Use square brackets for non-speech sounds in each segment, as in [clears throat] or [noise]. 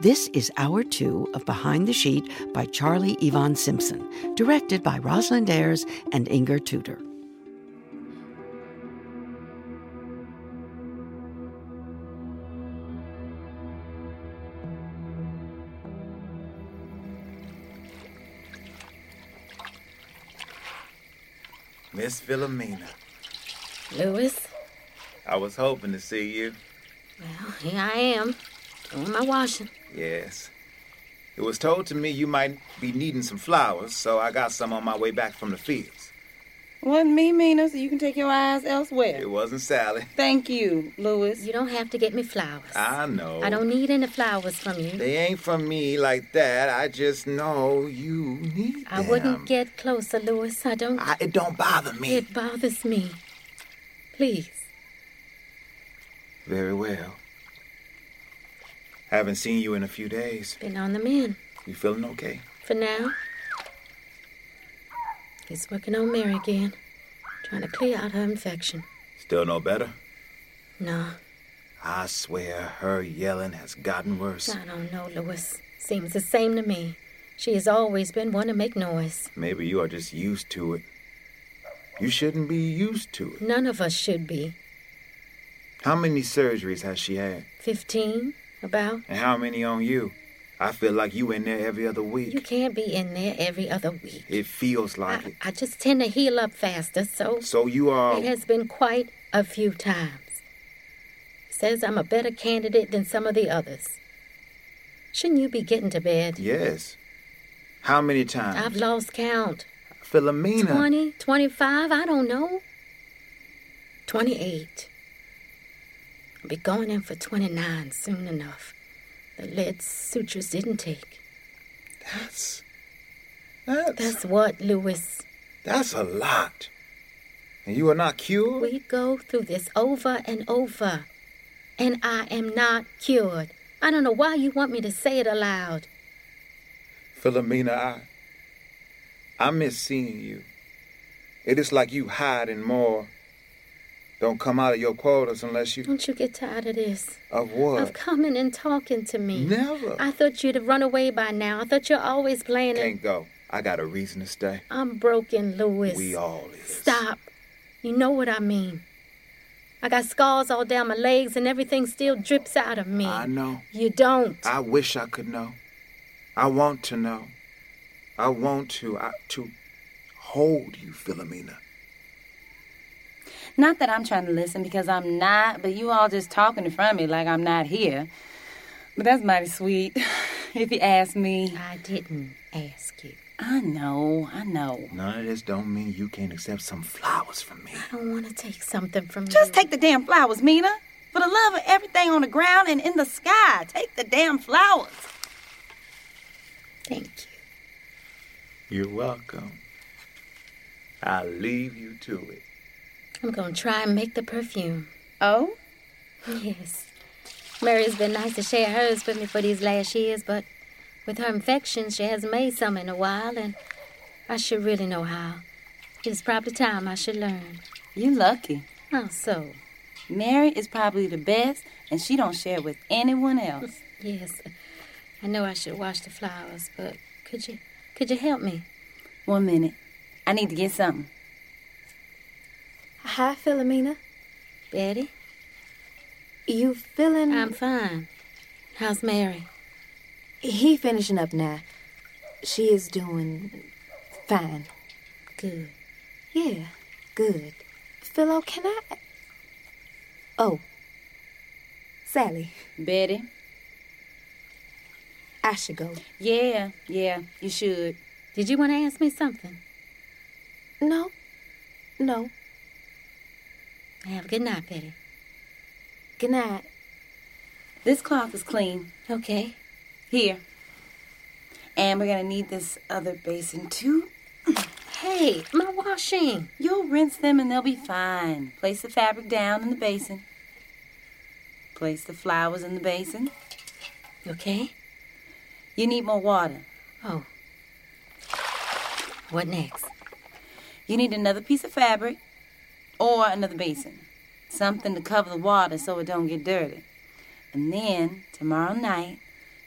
This is Hour Two of Behind the Sheet by Charlie Yvonne Simpson, directed by Rosalind Ayers and Inger Tudor. Miss Philomena, Louis? I was hoping to see you. Well, here I am, doing my washing. Yes. It was told to me you might be needing some flowers, so I got some on my way back from the fields. Wasn't me, Mina, so you can take your eyes It elsewhere. wasn't Sally. Thank you, Louis. You don't have to get me flowers. I know. I don't need any flowers from you. They ain't from me like that. I just know you need I them. wouldn't get closer, Louis. I don't. I, it don't bother me. It bothers me. Please. Very well. Haven't seen you in a few days. Been on the men You feeling okay? for now. He's working on Mary again, trying to clear out her infection. Still no better? No, I swear her yelling has gotten worse. I don't know, Louis. Seems the same to me. She has always been one to make noise. Maybe you are just used to it. You shouldn't be used to it. None of us should be. How many surgeries has she had? Fifteen, about. And how many on you? I feel like you in there every other You week. can't be in there every other week. It feels like I, it. I just tend to heal up faster, so So you are. it has been quite a few times. Says I'm a better candidate than some of the others. Shouldn't you be getting to bed? Yes. How many I've times? lost count. Philomena. Twenty, twenty-five, I don't know. 28. I'll be going in for 29 soon enough. The lead sutures didn't take. That's. That's. That's what, Lewis. That's a lot. And you are not cured? We go through this over and over, and I am not cured. I don't know why you want me to say it aloud. Philomena, I, I miss seeing you. It is like you hiding more. Don't come out of your quarters unless you. Don't you get tired of this? Of what? Of coming and talking to me. Never. I thought you'd have run away by now. I thought you're always playing. it. Can't go. I got a reason to stay. I'm broken, Louis. We all is. Stop. You know what I mean. I got scars all down my legs, and everything still drips out of me. I know. You don't. I wish I could know. I want to know. I want to. I, to hold you, Philomena. Not that I'm trying to listen because I'm not, but you all just talking in front of me like I'm not here. But that's mighty sweet, [laughs] if you ask me. I didn't ask you. I know, I know. None of this don't mean you can't accept some flowers from me. I don't want to take something from you. Just take the damn flowers, Mina. For the love of everything on the ground and in the sky, take the damn flowers. Thank you. You're welcome. I leave you to it. I'm gonna try and make the perfume. Oh? Yes. Mary's been nice to share hers with me for these last years, but with her infection, she hasn't made some in a while, and I should really know how. It's probably time I should learn. You lucky. How so? Mary is probably the best, and she don't share with anyone else. Yes. I know I should wash the flowers, but could you could you help me? One minute. I need to get something. Hi, Philomena. Betty? You feeling? I'm fine. How's Mary? he finishing up now. She is doing fine. Good. Yeah, good. Philo, can I? Oh, Sally, Betty? I should go. Yeah, yeah, you should. Did you want to ask me something? No, no. Have a good night, Betty. Good night. This cloth is clean. Okay. Here. And we're gonna need this other basin too. Hey, my washing. You'll rinse them and they'll be fine. Place the fabric down in the basin. Place the flowers in the basin. Okay. You need more water. Oh. What next? You need another piece of fabric or another basin. Something to cover the water so it don't get dirty. And then tomorrow night,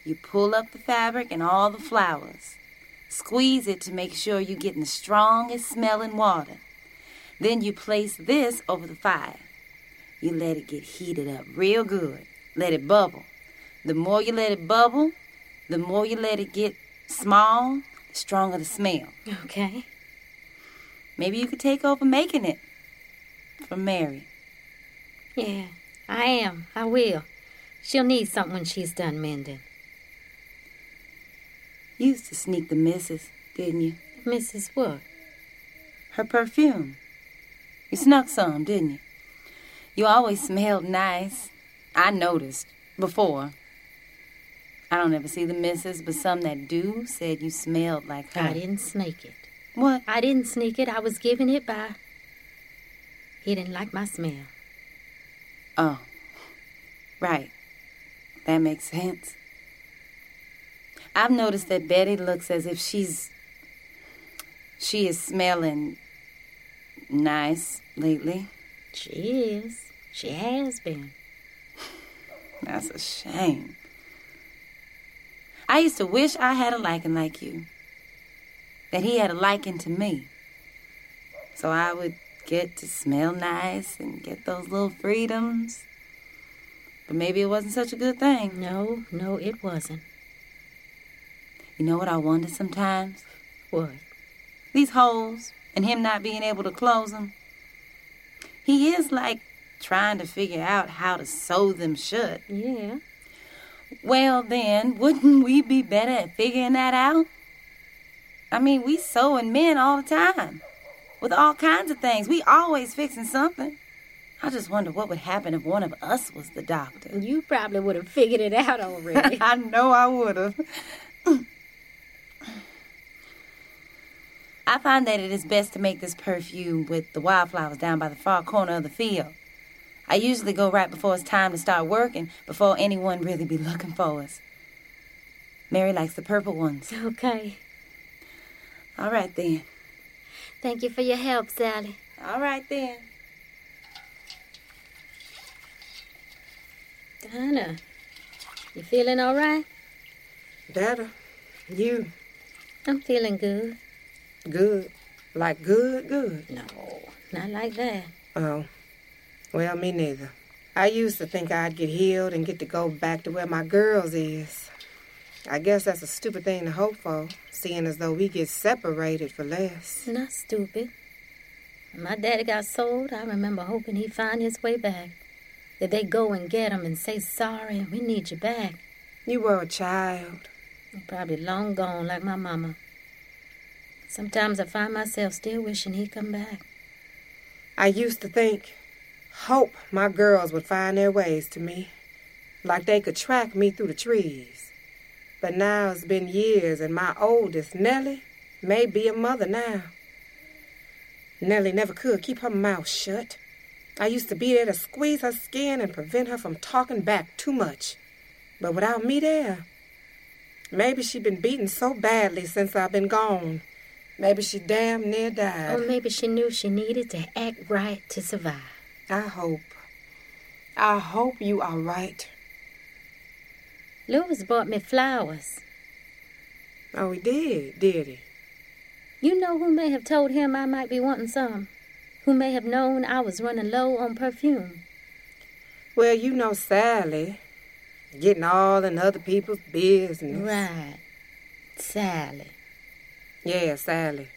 You pull up the fabric and all the flowers. Squeeze it to make sure you're getting the strongest smelling water. Then you place this over the fire. You let it get heated up real good. Let it bubble. The more you let it bubble, the more you let it get small, the stronger the smell. Okay. Maybe you could take over making it for Mary. Yeah, I am. I will. She'll need something when she's done mending. You used to sneak the missus, didn't you? Mrs. What? Her perfume. You snuck some, didn't you? You always smelled nice. I noticed before. I don't ever see the missus, but some that do said you smelled like her. I didn't sneak it. What? I didn't sneak it. I was giving it by. He didn't like my smell. Oh, right. That makes sense. I've noticed that Betty looks as if she's. She is smelling nice lately. She is. She has been. That's a shame. I used to wish I had a liking like you, that he had a liking to me. So I would get to smell nice and get those little freedoms. But maybe it wasn't such a good thing. No, no, it wasn't. You know what I wonder sometimes? What? These holes and him not being able to close them. He is like trying to figure out how to sew them shut. Yeah. Well, then, [laughs] wouldn't we be better at figuring that out? I mean, we sewing men all the time with all kinds of things. We always fixing something. I just wonder what would happen if one of us was the doctor. You probably would have figured it out already. [laughs] I know I would have. [clears throat] I find that it is best to make this perfume with the wildflowers down by the far corner of the field. I usually go right before it's time to start working, before anyone really be looking for us. Mary likes the purple ones. [laughs] okay. All right then. Thank you for your help, Sally. All right then. Donna, you feeling all right? Dada, you I'm feeling good. good. Like good, good. No, not like that. Oh, well, me neither. I used to think I'd get healed and get to go back to where my girls is. I guess that's a stupid thing to hope for, seeing as though we get separated for less. Not stupid. When my daddy got sold, I remember hoping he'd find his way back. That they go and get him and say, sorry, we need you back. You were a child. I'm probably long gone like my mama. Sometimes I find myself still wishing he'd come back. I used to think, hope my girls would find their ways to me, like they could track me through the trees. But now it's been years, and my oldest, Nellie, may be a mother now. Nellie never could keep her mouth shut. I used to be there to squeeze her skin and prevent her from talking back too much. But without me there, maybe she been beaten so badly since I've been gone. Maybe she damn near died. Or maybe she knew she needed to act right to survive. I hope. I hope you are right. Lewis bought me flowers. Oh, he did, did he? You know who may have told him I might be wanting some? Who may have known I was running low on perfume? Well, you know Sally. Getting all in other people's business. Right. Sally, Yeah, Sally.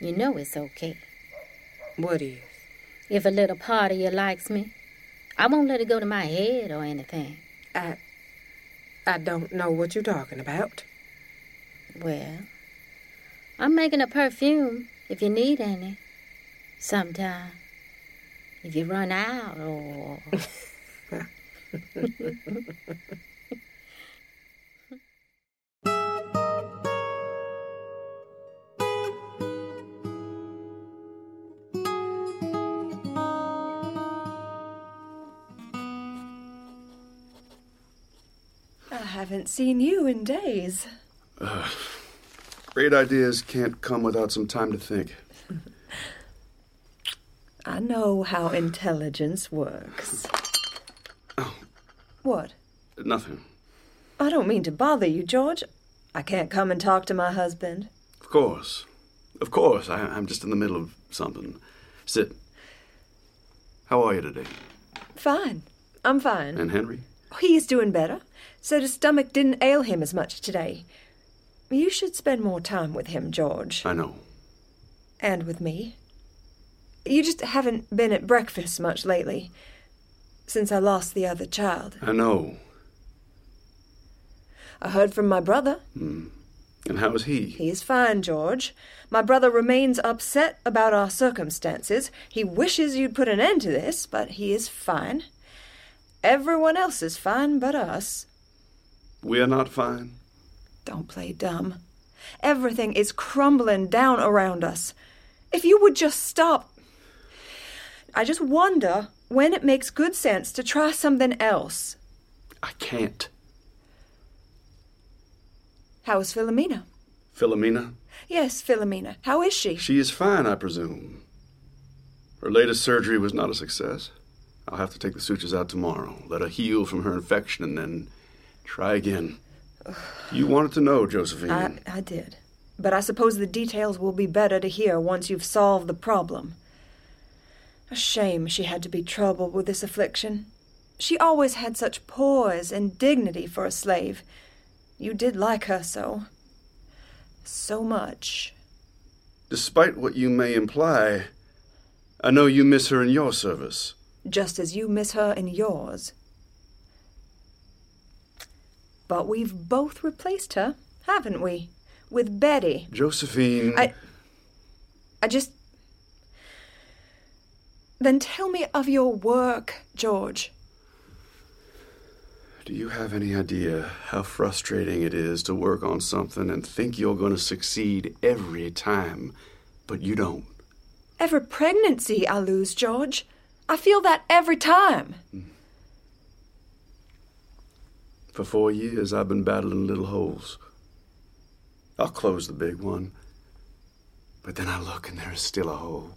you know it's okay. What is? If a little part of you likes me, I won't let it go to my head or anything. I. I don't know what you're talking about. Well, I'm making a perfume if you need any. Sometime. If you run out or. I haven't seen you in days. Great ideas can't come without some time to think. I know how Oh. intelligence works. What? Nothing. I don't mean to bother you, George. I can't come and talk to my husband. Of course. Of course. I, I'm just in the middle of something. Sit. How are you today? Fine. I'm fine. And Henry? He's doing better. Said his stomach didn't ail him as much today. You should spend more time with him, George, I know. and with me. You just haven't been at breakfast much lately, since I lost the other child. I know. I heard from my brother. And how is he? He is fine, George. My brother remains upset about our circumstances. He wishes you'd put an end to this, but he is fine. Everyone else is fine but us. We are not fine. Don't play dumb. Everything is crumbling down around us. If you would just stop. I just wonder when it makes good sense to try something else. I can't. How is Philomena? Philomena? Yes, Philomena. How is she? She is fine, I presume. Her latest surgery was not a success. I'll have to take the sutures out tomorrow, let her heal from her infection, and then try again. You wanted to know, Josephine. I, I did. But I suppose the details will be better to hear once you've solved the problem. A shame she had to be troubled with this affliction. She always had such poise and dignity for a slave. You did like her so. So much. Despite what you may imply, I know you miss her in your service. Just as you miss her in yours. But we've both replaced her, haven't we? With Betty. Josephine. I. I just. Then tell me of your work, George. Do you have any idea how frustrating it is to work on something and think you're going to succeed every time, but you don't? Every pregnancy I lose, George. I feel that every time. For four years, I've been battling little holes. I'll close the big one, but then I look and there is still a hole.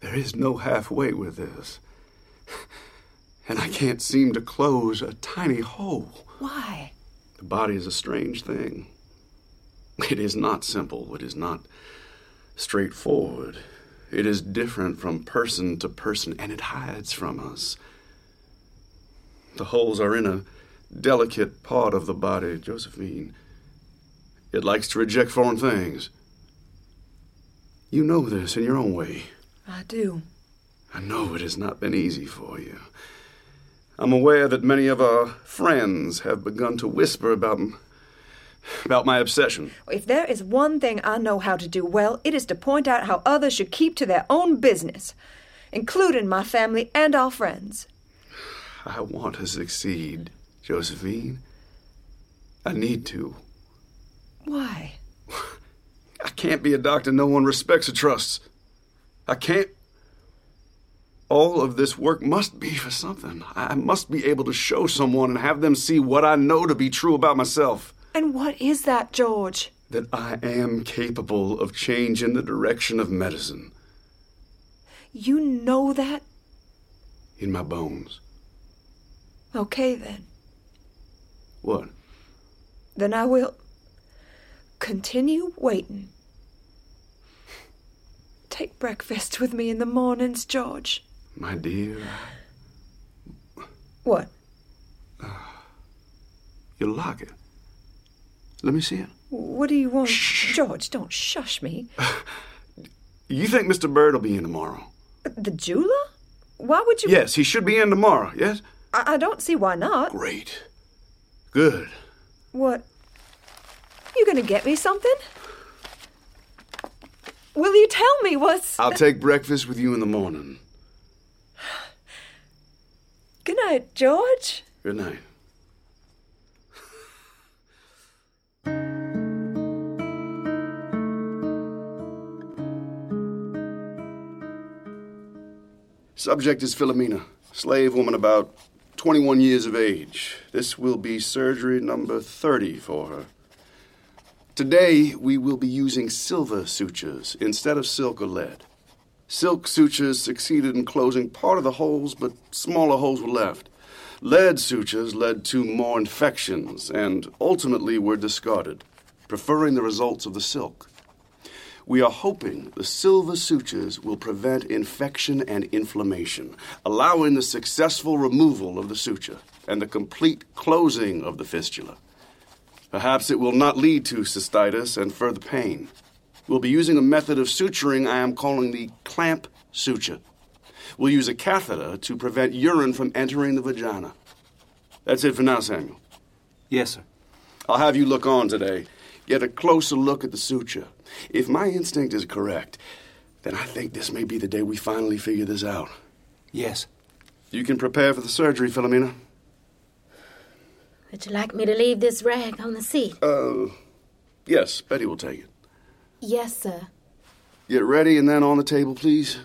There is no halfway with this. [laughs] And I can't seem to close a tiny hole. Why? The body is a strange thing. It is not simple. It is not straightforward. It is different from person to person, and it hides from us. The holes are in a delicate part of the body, Josephine. It likes to reject foreign things. You know this in your own way. I do. I know it has not been easy for you. I'm aware that many of our friends have begun to whisper about m- about my obsession. If there is one thing I know how to do well, it is to point out how others should keep to their own business, including my family and our friends. I want to succeed, Josephine. I need to. Why? I can't be a doctor no one respects or trusts. I can't. All of this work must be for something. I I must be able to show someone and have them see what I know to be true about myself. And what is that, George? that I am capable of changing the direction of medicine You know that? in my bones. Okay, then. What? Then I will continue waiting. Take breakfast with me in the mornings, George. My dear, What? your locket. Let me see it. What do you want? George, don't shush me. You think Mr. Bird will be in tomorrow? The jeweler? Why would you? Yes, he should be in tomorrow, yes? I, I don't see why not. Great. Good. What? You gonna get me something? Will you tell me what's. I'll take breakfast with you in the morning. Good night, George. Good night. Subject is Philomena, slave woman about 21 years of age. This will be surgery number 30 for her. Today, we will be using silver sutures instead of silk or lead. Silk sutures succeeded in closing part of the holes, but smaller holes were left. Lead sutures led to more infections and ultimately were discarded, preferring the results of the silk. We are hoping the silver sutures will prevent infection and inflammation, allowing the successful removal of the suture and the complete closing of the fistula. Perhaps it will not lead to cystitis and further pain. We'll be using a method of suturing I am calling the clamp suture. We'll use a catheter to prevent urine from entering the vagina. That's it for now, Samuel. Yes, sir. I'll have you look on today. Get a closer look at the suture. If my instinct is correct, then I think this may be the day we finally figure this out. Yes. You can prepare for the surgery, Philomena. Would you like me to leave this rag on the seat? Uh, yes, Betty will take it. Yes, sir. Get ready and then on the table, please.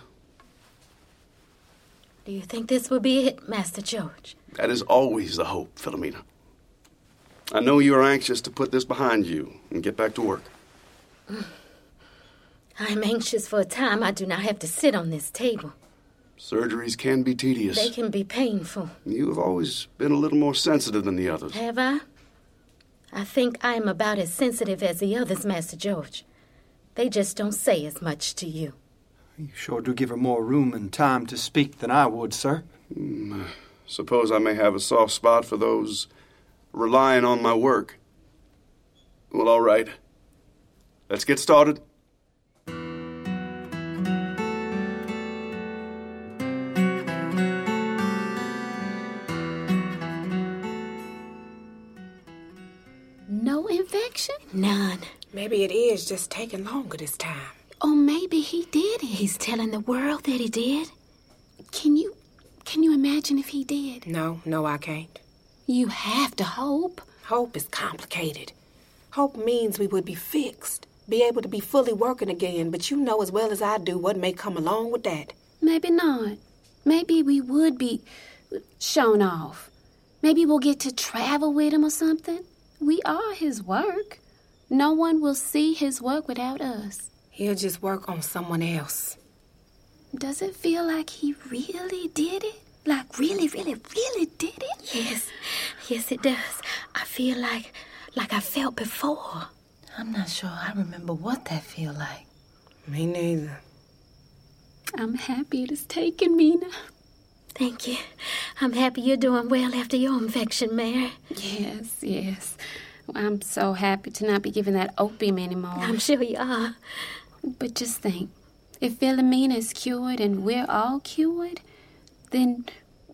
Do you think this will be it, Master George? That is always the hope, Philomena. I know you are anxious to put this behind you and get back to work. I am anxious for a time I do not have to sit on this table. Surgeries can be tedious. They can be painful. You have always been a little more sensitive than the others. Have I? I think I am about as sensitive as the others, Master George. They just don't say as much to you. You sure do give her more room and time to speak than I would, sir. Suppose I may have a soft spot for those relying on my work. Well, all right. Let's get started. No infection? None. Maybe it is just taking longer this time. Or maybe he did it. He's telling the world that he did. Can you can you imagine if he did? No, no, I can't. You have to hope. Hope is complicated. Hope means we would be fixed, be able to be fully working again, but you know as well as I do what may come along with that. Maybe not. Maybe we would be shown off. Maybe we'll get to travel with him or something. We are his work. No one will see his work without us. He'll just work on someone else. Does it feel like he really did it? Like really, really, really did it? Yes. Yes it does. I feel like like I felt before. I'm not sure I remember what that feel like. Me neither. I'm happy it is taken, Mina. Thank you. I'm happy you're doing well after your infection, Mary. Yes, yes. I'm so happy to not be given that opium anymore. I'm sure you are. But just think, if Philomena is cured and we're all cured, then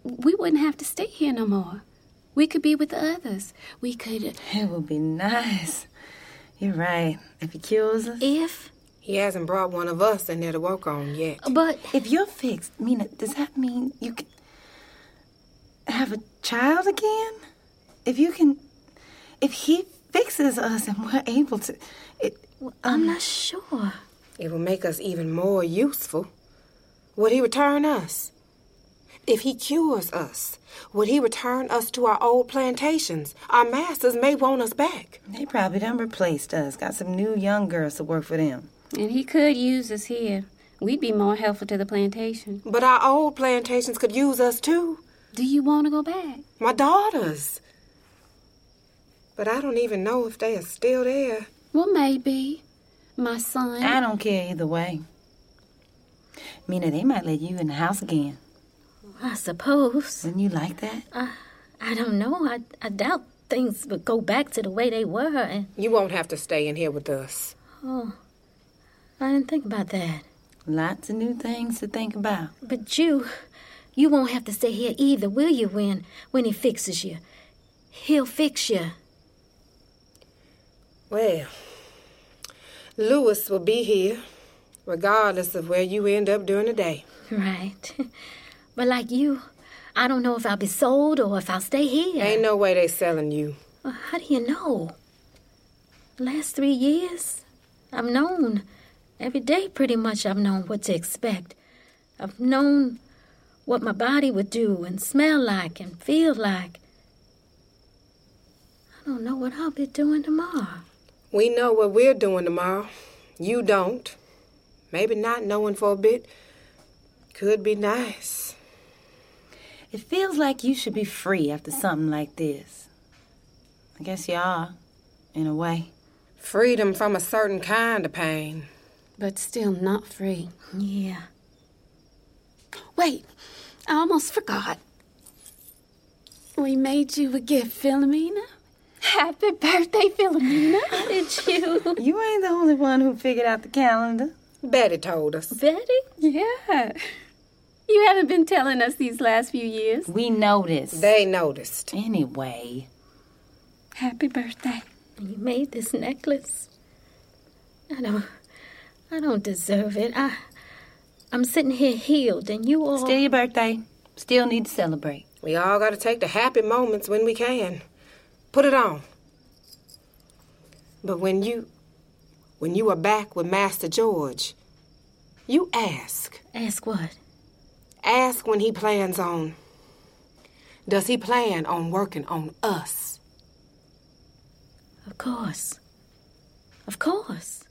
we wouldn't have to stay here no more. We could be with the others. We could. It would be nice. You're right. If he kills us. If He hasn't brought one of us in there to work on yet. but If you're fixed, Mina, does that mean you can have a child again? If you can, if he fixes us and we're able to, it, I'm not sure. It will make us even more useful. Would he return us? If he cures us, would he return us to our old plantations? Our masters may want us back. they probably done replaced us. Got some new young girls to work for them. And he could use us here. We'd be more helpful to the plantation. But our old plantations could use us too. Do you want to go back? My daughters. But I don't even know if they are still there. Well, maybe. My son. I don't care either way. Mina, they might let you in the house again. I suppose. Wouldn't you like that? I don't know. I, I doubt things would go back to the way they were. And, You won't have to stay in here with us. oh, I didn't think about that. Lots of new things to think about. But you, you won't have to stay here either, will you, when, when he fixes you? He'll fix you. [laughs] Well, Lewis will be here, regardless of where you end up during the day. Right. [laughs] But like you, I don't know if I'll be sold or if I'll stay here. Ain't no way they selling you. Well, How do you know? Last three years, I've known. Every day, pretty much, I've known what to expect. I've known what my body would do and smell like and feel like. I don't know what I'll be doing tomorrow. We know what we're doing tomorrow. You don't. Maybe not knowing for a bit could be nice. It feels like you should be free after something like this. I guess you are, in a way. Freedom from a certain kind of pain. but still not free. Yeah. Wait, I almost forgot. We made you a gift, Philomena. Happy birthday, Philomena. Did you? You ain't the only one who figured out the calendar. Betty told us. Betty? yeah. You haven't been telling us these last few years. We noticed. They noticed. Anyway, Happy birthday. You made this necklace. I don't. I don't deserve it. I. I'm sitting here healed, and you all. still your birthday. Still need to celebrate. We all gotta take the happy moments when we can. Put it on. But when you when you are back with Master George, you ask. Ask what? Ask when he plans on. Does he plan on working on us? Of course. Of course.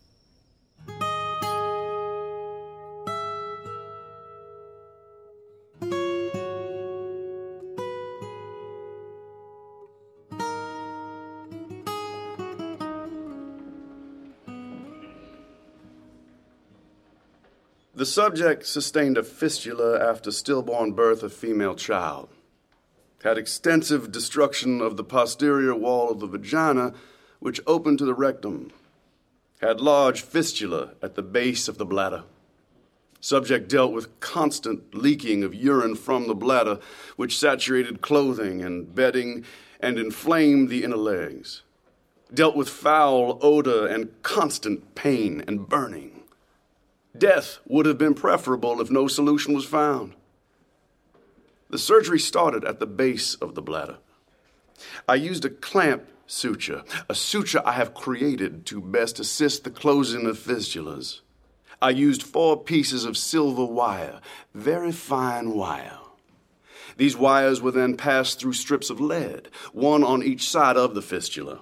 The subject sustained a fistula after stillborn birth of female child. Had extensive destruction of the posterior wall of the vagina, which opened to the rectum. Had large fistula at the base of the bladder. Subject dealt with constant leaking of urine from the bladder, which saturated clothing and bedding and inflamed the inner legs. Dealt with foul odor and constant pain and burning. Death would have been preferable if no solution was found. The surgery started at the base of the bladder. I used a clamp suture, a suture I have created to best assist the closing of fistulas. I used four pieces of silver wire, very fine wire. These wires were then passed through strips of lead, one on each side of the fistula.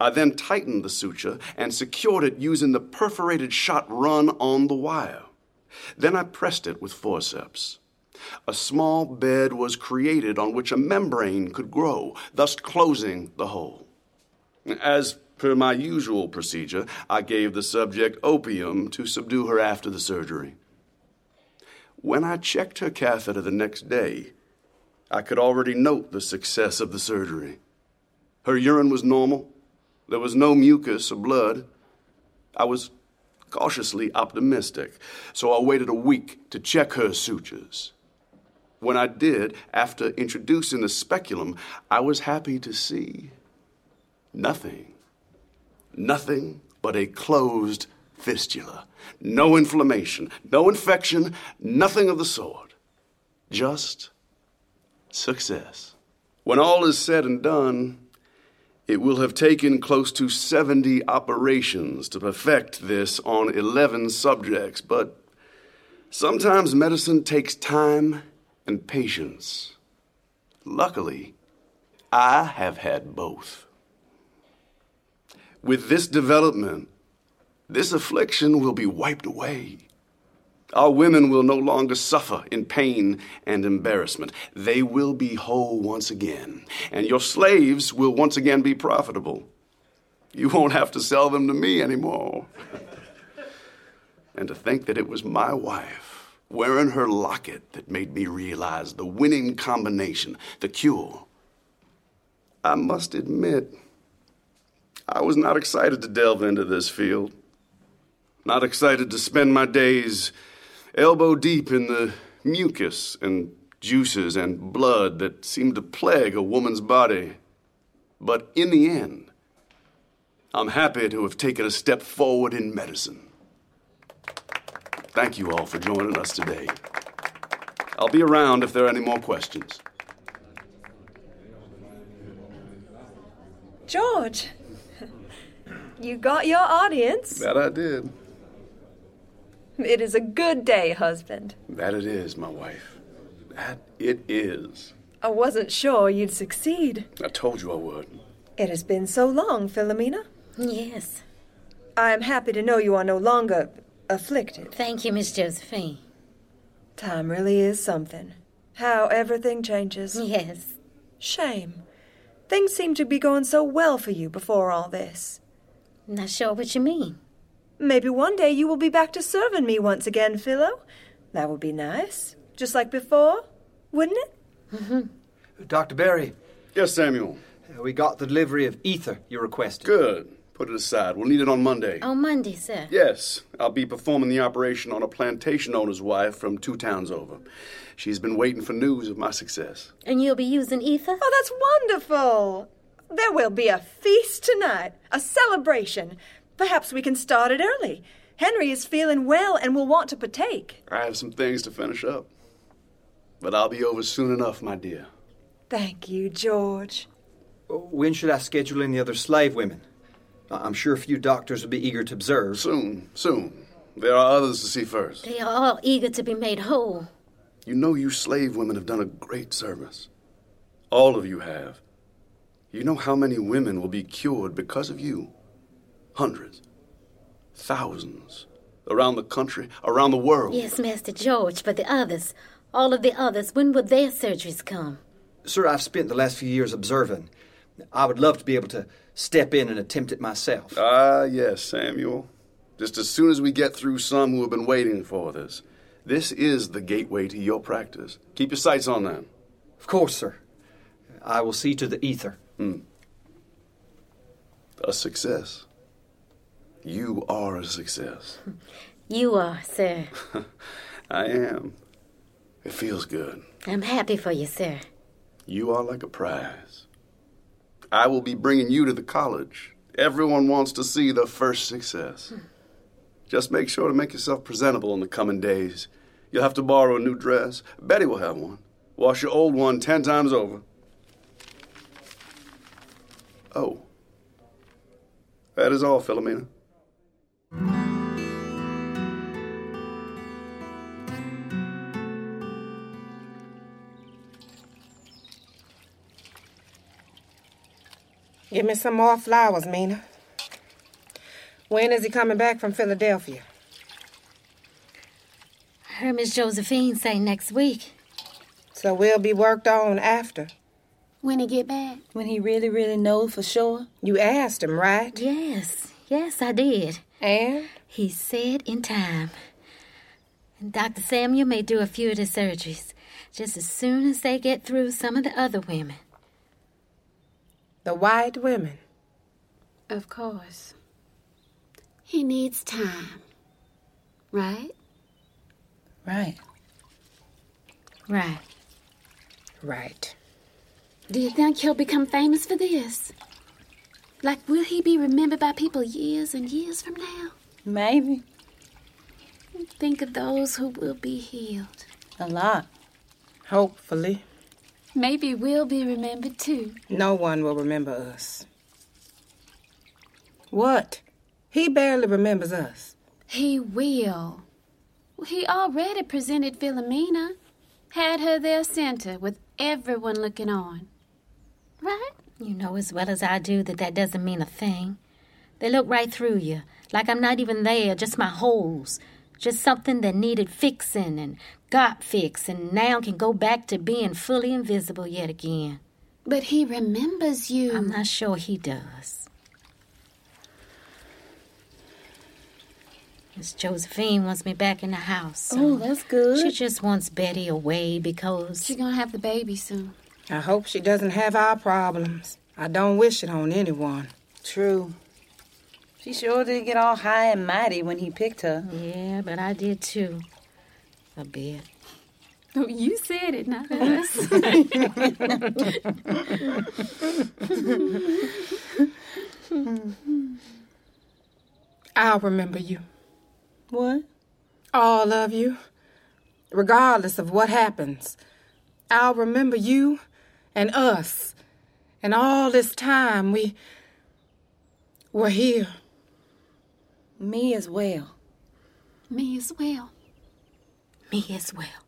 I then tightened the suture and secured it using the perforated shot run on the wire. Then I pressed it with forceps. A small bed was created on which a membrane could grow, thus closing the hole. As per my usual procedure, I gave the subject opium to subdue her after the surgery. When I checked her catheter the next day, I could already note the success of the surgery. Her urine was normal. There was no mucus or blood. I was cautiously optimistic, so I waited a week to check her sutures. When I did, after introducing the speculum, I was happy to see nothing. Nothing but a closed fistula. No inflammation, no infection, nothing of the sort. Just success. When all is said and done, it will have taken close to 70 operations to perfect this on 11 subjects, but sometimes medicine takes time and patience. Luckily, I have had both. With this development, this affliction will be wiped away. Our women will no longer suffer in pain and embarrassment. They will be whole once again, and your slaves will once again be profitable. You won't have to sell them to me anymore. and to think that it was my wife wearing her locket that made me realize the winning combination, the cure. I must admit, I was not excited to delve into this field not excited to spend my days elbow deep in the mucus and juices and blood that seem to plague a woman's body. But in the end, I'm happy to have taken a step forward in medicine. Thank you all for joining us today. I'll be around if there are any more questions. George, [laughs] you got your audience. That I did. It is a good day, husband. That it is, my wife. That it is. I wasn't sure you'd succeed. I told you I would. It has been so long, Philomena. Yes. I am happy to know you are no longer afflicted. Thank you, Miss Josephine. Time really is something. How everything changes. Yes. Shame. Things seemed to be going so well for you before all this. Not sure what you mean. Maybe one day you will be back to serving me once again, Philo. That would be nice. Just like before, wouldn't it? Dr. Berry, Yes, Samuel. uh, we got the delivery of ether you requested. Good. Put it aside. We'll need it on Monday. On Monday, sir. Yes, I'll be performing the operation on a plantation owner's wife from two towns over. She's been waiting for news of my success. And you'll be using ether? Oh, that's wonderful! There will be a feast tonight, a celebration. Perhaps we can start it early. Henry is feeling well and will want to partake. I have some things to finish up. But I'll be over soon enough, my dear. Thank you, George. When should I schedule in the other slave women? I- I'm sure a few doctors would be eager to observe. Soon, soon. There are others to see first. They are all eager to be made whole. You know, you slave women have done a great service. All of you have. You know how many women will be cured because of you? Hundreds, thousands, around the country, around the world. Yes, Master George, but the others, all of the others, when will their surgeries come? Sir, I've spent the last few years observing. I would love to be able to step in and attempt it myself. Ah, yes, Samuel. Just as soon as we get through some who have been waiting for this, this is the gateway to your practice. Keep your sights on them. Of course, sir. I will see to the ether. A success. You are a success. You are, sir. I am. It feels good. I'm happy for you, sir. You are like a prize. I will be bringing you to the college. Everyone wants to see the first success. Just make sure to make yourself presentable in the coming days. You'll have to borrow a new dress. Betty will have one. Wash your old one ten times over. Oh. That is all, Philomena. Give me some more flowers, Mina. When is he coming back from Philadelphia? Her Miss Josephine say next week. So we'll be worked on after. When he get back, When he really, really knows for sure. You asked him, right? Yes, yes, I did. And? He said in time. And Dr. Samuel may do a few of the surgeries just as soon as they get through some of the other women. The white women. of course. He needs time. Right? Right. Right. Right. Do you think he'll become famous for this? Like, will he be remembered by people years and years from now? Maybe. Think of those who will be healed. A lot. Hopefully. Maybe we'll be remembered too. No one will remember us. What? He barely remembers us. He will. He already presented Philomena, had her their center with everyone looking on. Right? You know as well as I do that that doesn't mean a thing. They look right through you, like I'm not even there, just my holes. Just something that needed fixing and got fixed and now can go back to being fully invisible yet again. But he remembers you. I'm Mm. not sure he does. Miss Josephine wants me back in the house. so Oh, that's good. she just wants Betty away because She's gonna have the baby soon. I hope she doesn't have our problems. I don't wish it on anyone. True. She sure did get all high and mighty when he picked her. yeah, but I did too. A bit. Oh, you said it, not us. I'll remember you. What? All of you. Regardless of what happens, I'll remember you and us. And all this time we were here. Me as well. Me as well. Me as well.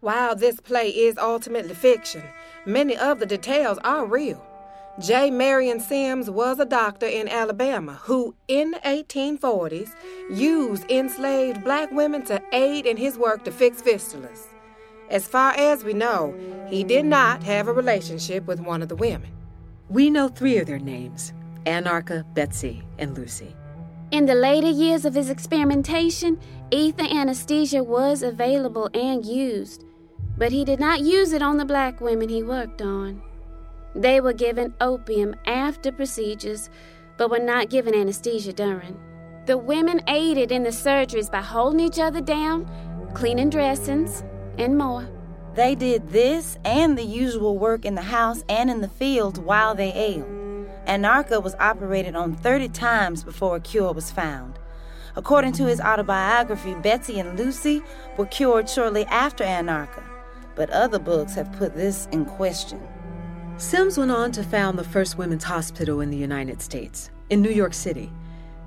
While this play is ultimately fiction, many of the details are real. J. Marion Sims was a doctor in Alabama who, in the 1840s, used enslaved black women to aid in his work to fix fistulas. As far as we know, he did not have a relationship with one of the women. We know three of their names Anarcha, Betsy, and Lucy. In the later years of his experimentation, ether anesthesia was available and used, but he did not use it on the black women he worked on. They were given opium after procedures, but were not given anesthesia during. The women aided in the surgeries by holding each other down, cleaning dressings, and more. They did this and the usual work in the house and in the fields while they ailed. Anarcha was operated on 30 times before a cure was found. According to his autobiography, Betsy and Lucy were cured shortly after Anarcha, but other books have put this in question. Sims went on to found the first women's hospital in the United States, in New York City,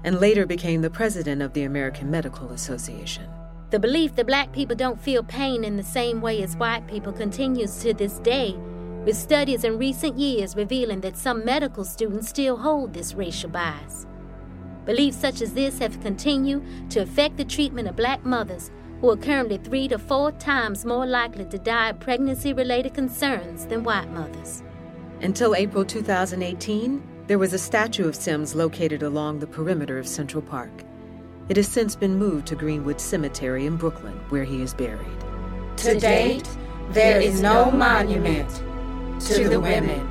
and later became the president of the American Medical Association. The belief that black people don't feel pain in the same way as white people continues to this day, with studies in recent years revealing that some medical students still hold this racial bias. Beliefs such as this have continued to affect the treatment of black mothers who are currently three to four times more likely to die of pregnancy related concerns than white mothers. Until April 2018, there was a statue of Sims located along the perimeter of Central Park. It has since been moved to Greenwood Cemetery in Brooklyn, where he is buried. To date, there is no monument to the women.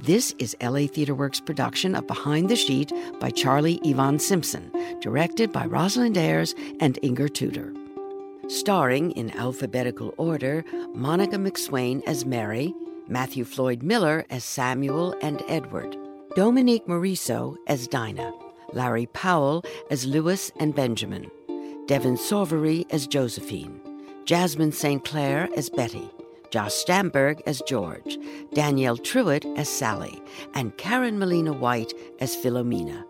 This is LA TheaterWorks production of Behind the Sheet by Charlie Ivan Simpson, directed by Rosalind Ayres and Inger Tudor. Starring in alphabetical order, Monica McSwain as Mary, Matthew Floyd Miller as Samuel and Edward, Dominique Morisot as Dinah, Larry Powell as Lewis and Benjamin, Devin Sauvery as Josephine, Jasmine St. Clair as Betty, Josh Stamberg as George, Danielle Truitt as Sally, and Karen Molina White as Philomena.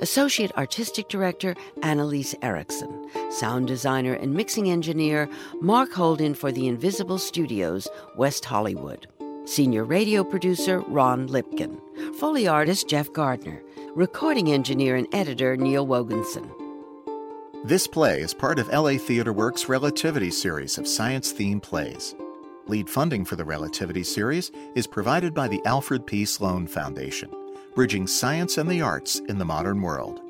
Associate Artistic Director Annalise Erickson, Sound Designer and Mixing Engineer Mark Holden for the Invisible Studios, West Hollywood. Senior Radio Producer Ron Lipkin, Foley Artist Jeff Gardner, Recording Engineer and Editor Neil Wogenson. This play is part of LA TheaterWorks' Relativity series of science themed plays. Lead funding for the Relativity series is provided by the Alfred P. Sloan Foundation, bridging science and the arts in the modern world.